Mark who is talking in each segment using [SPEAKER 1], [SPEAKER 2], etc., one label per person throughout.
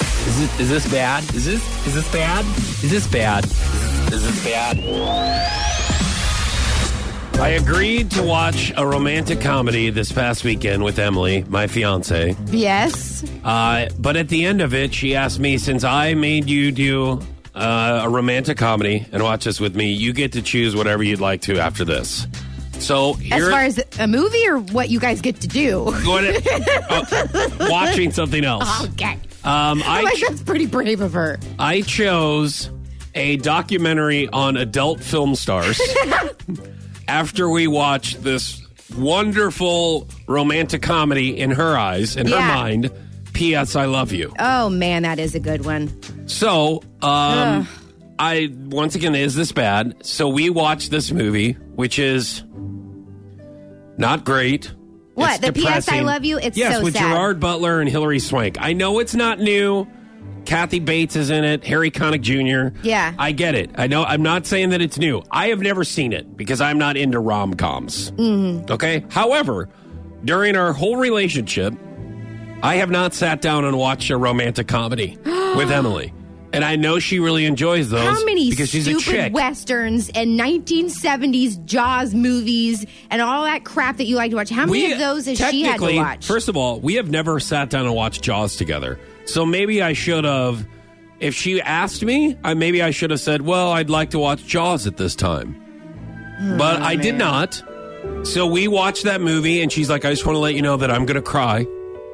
[SPEAKER 1] Is it? Is this bad? Is this? Is this bad? Is this bad? Is this bad?
[SPEAKER 2] I agreed to watch a romantic comedy this past weekend with Emily, my fiance.
[SPEAKER 3] Yes.
[SPEAKER 2] Uh, but at the end of it, she asked me, since I made you do uh, a romantic comedy and watch this with me, you get to choose whatever you'd like to after this. So
[SPEAKER 3] As
[SPEAKER 2] here,
[SPEAKER 3] far as a movie or what you guys get to do.
[SPEAKER 2] what it- oh, watching something else.
[SPEAKER 3] Okay.
[SPEAKER 2] Um,
[SPEAKER 3] Uh-huh. I
[SPEAKER 2] I
[SPEAKER 3] like that's Oh, pretty brave of her.
[SPEAKER 2] I chose a documentary on adult film stars after we watched this wonderful romantic comedy in her eyes, in her
[SPEAKER 3] Yeah.
[SPEAKER 2] mind. P.S. I love you.
[SPEAKER 3] Oh man, that is a good one.
[SPEAKER 2] So, um, I once again is this bad? So we watched this movie, which is not great.
[SPEAKER 3] What,
[SPEAKER 2] It's
[SPEAKER 3] the P.S. I
[SPEAKER 2] depressing.
[SPEAKER 3] Love You? It's
[SPEAKER 2] yes,
[SPEAKER 3] so
[SPEAKER 2] with
[SPEAKER 3] sad.
[SPEAKER 2] Gerard Butler and Hilary Swank. I know it's not new. Kathy Bates is in it. Harry Connick Jr.
[SPEAKER 3] Yeah.
[SPEAKER 2] I get it. I know. I'm not saying that it's new. I have never seen it because I'm not into rom coms. Okay. However, during our whole relationship, I have not sat down and watched a romantic comedy with Emily, and I know she really enjoys those.
[SPEAKER 3] How many
[SPEAKER 2] because she's a
[SPEAKER 3] stupid
[SPEAKER 2] chick.
[SPEAKER 3] westerns and 1970s Jaws movies and all that crap that you like to watch? How many
[SPEAKER 2] We-
[SPEAKER 3] of those has she had to
[SPEAKER 2] technically,
[SPEAKER 3] watch?
[SPEAKER 2] First of all, we have never sat down and watched Jaws together. So maybe I should have, if she asked me, I, maybe I should have said, well, I'd like to watch Jaws at this time.
[SPEAKER 3] Hmm,
[SPEAKER 2] but I did not. So we watched that movie, and she's like, I just want to let you know that I'm going to cry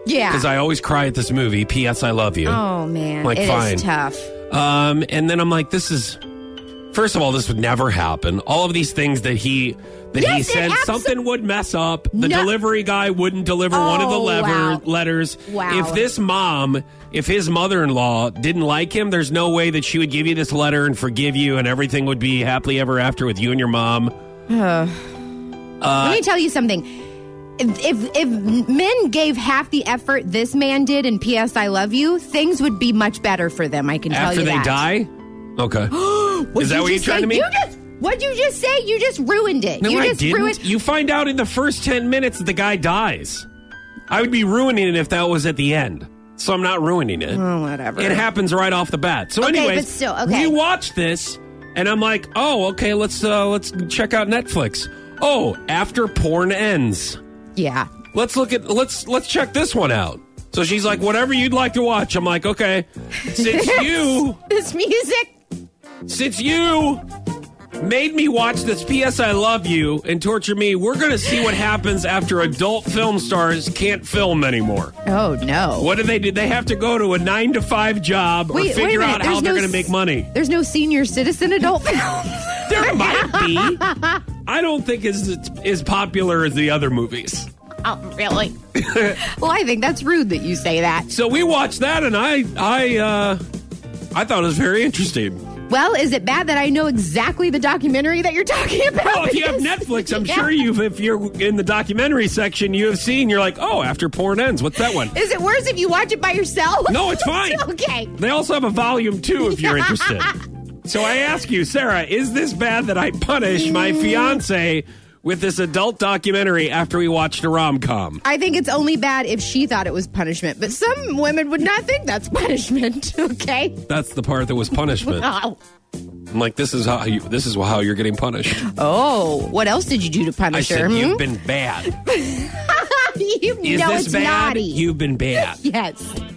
[SPEAKER 3] yeah.
[SPEAKER 2] because I always cry at this movie. P.S. I love you.
[SPEAKER 3] oh man,
[SPEAKER 2] Like,
[SPEAKER 3] it is
[SPEAKER 2] fine.
[SPEAKER 3] tough.
[SPEAKER 2] Um, and then I'm like, this is. First of all, this would never happen. All of these things that he that he
[SPEAKER 3] Yes, it
[SPEAKER 2] said
[SPEAKER 3] abso-
[SPEAKER 2] something would mess up. The
[SPEAKER 3] No-
[SPEAKER 2] delivery guy wouldn't deliver one of the
[SPEAKER 3] Oh,
[SPEAKER 2] lever
[SPEAKER 3] wow.
[SPEAKER 2] letters.
[SPEAKER 3] Wow.
[SPEAKER 2] If this mom, if his mother-in-law didn't like him, there's no way that she would give you this letter and forgive you, and everything would be happily ever after with you and your mom. Uh,
[SPEAKER 3] Let me tell you something. If, if if men gave half the effort this man did in P.S. I Love You, things would be much better for them. I can tell
[SPEAKER 2] After
[SPEAKER 3] you
[SPEAKER 2] they
[SPEAKER 3] that.
[SPEAKER 2] die, okay.
[SPEAKER 3] What'd
[SPEAKER 2] Is that what you're
[SPEAKER 3] just
[SPEAKER 2] trying
[SPEAKER 3] say?
[SPEAKER 2] to mean?
[SPEAKER 3] You just what'd you just say? You just ruined it.
[SPEAKER 2] No,
[SPEAKER 3] you
[SPEAKER 2] I
[SPEAKER 3] just
[SPEAKER 2] didn't.
[SPEAKER 3] ruined
[SPEAKER 2] You find out in the first 10 minutes that the guy dies. I would be ruining it if that was at the end. So I'm not ruining it.
[SPEAKER 3] Oh, whatever.
[SPEAKER 2] It happens right off the bat. So
[SPEAKER 3] Okay,
[SPEAKER 2] anyways,
[SPEAKER 3] but still, okay.
[SPEAKER 2] we watched this and I'm like, "Oh, okay, let's uh let's check out Netflix." Oh, after porn ends.
[SPEAKER 3] yeah.
[SPEAKER 2] Let's look at let's let's check this one out. So she's like, "Whatever you'd like to watch." I'm like, "Okay." Since you
[SPEAKER 3] this music.
[SPEAKER 2] since you made me watch this PS I Love You and torture me, we're going to see what happens after adult film stars can't film anymore.
[SPEAKER 3] Oh no.
[SPEAKER 2] What do they do? They have to go to a nine to five job or
[SPEAKER 3] Wait, wait a
[SPEAKER 2] figure
[SPEAKER 3] minute,
[SPEAKER 2] out how
[SPEAKER 3] there's
[SPEAKER 2] they're
[SPEAKER 3] no
[SPEAKER 2] going to make
[SPEAKER 3] s-
[SPEAKER 2] money.
[SPEAKER 3] There's no senior citizen adult films.
[SPEAKER 2] There might be. I don't think is as popular as the other movies.
[SPEAKER 3] oh, really? well, I think that's rude that you say that.
[SPEAKER 2] So we watched that, and I, I, uh, I thought it was very interesting.
[SPEAKER 3] Well, is it bad that I know exactly the documentary that you're talking about?
[SPEAKER 2] Well, if you have
[SPEAKER 3] Because-
[SPEAKER 2] Netflix, I'm
[SPEAKER 3] Yeah.
[SPEAKER 2] sure you've, if you're in the documentary section, you have seen. You're like, oh, after porn ends, what's that one?
[SPEAKER 3] Is it worse if you watch it by yourself?
[SPEAKER 2] No, it's fine.
[SPEAKER 3] okay.
[SPEAKER 2] They also have a volume two if you're interested. so I ask you, Sarah, is this bad that I punish my
[SPEAKER 3] Mm.
[SPEAKER 2] fiance with this adult documentary after we watched a rom com?
[SPEAKER 3] I think it's only bad if she thought it was punishment, but some women would not think that's punishment. Okay. Oh.
[SPEAKER 2] That's the part that was punishment.
[SPEAKER 3] Wow.
[SPEAKER 2] I'm like, this is how you, this is how you're getting punished.
[SPEAKER 3] Oh, what else did you do to
[SPEAKER 2] I
[SPEAKER 3] punish her?
[SPEAKER 2] said,
[SPEAKER 3] hmm?
[SPEAKER 2] you've been bad.
[SPEAKER 3] you
[SPEAKER 2] Is
[SPEAKER 3] know
[SPEAKER 2] this
[SPEAKER 3] it's
[SPEAKER 2] bad?
[SPEAKER 3] naughty.
[SPEAKER 2] You've been bad.
[SPEAKER 3] yes.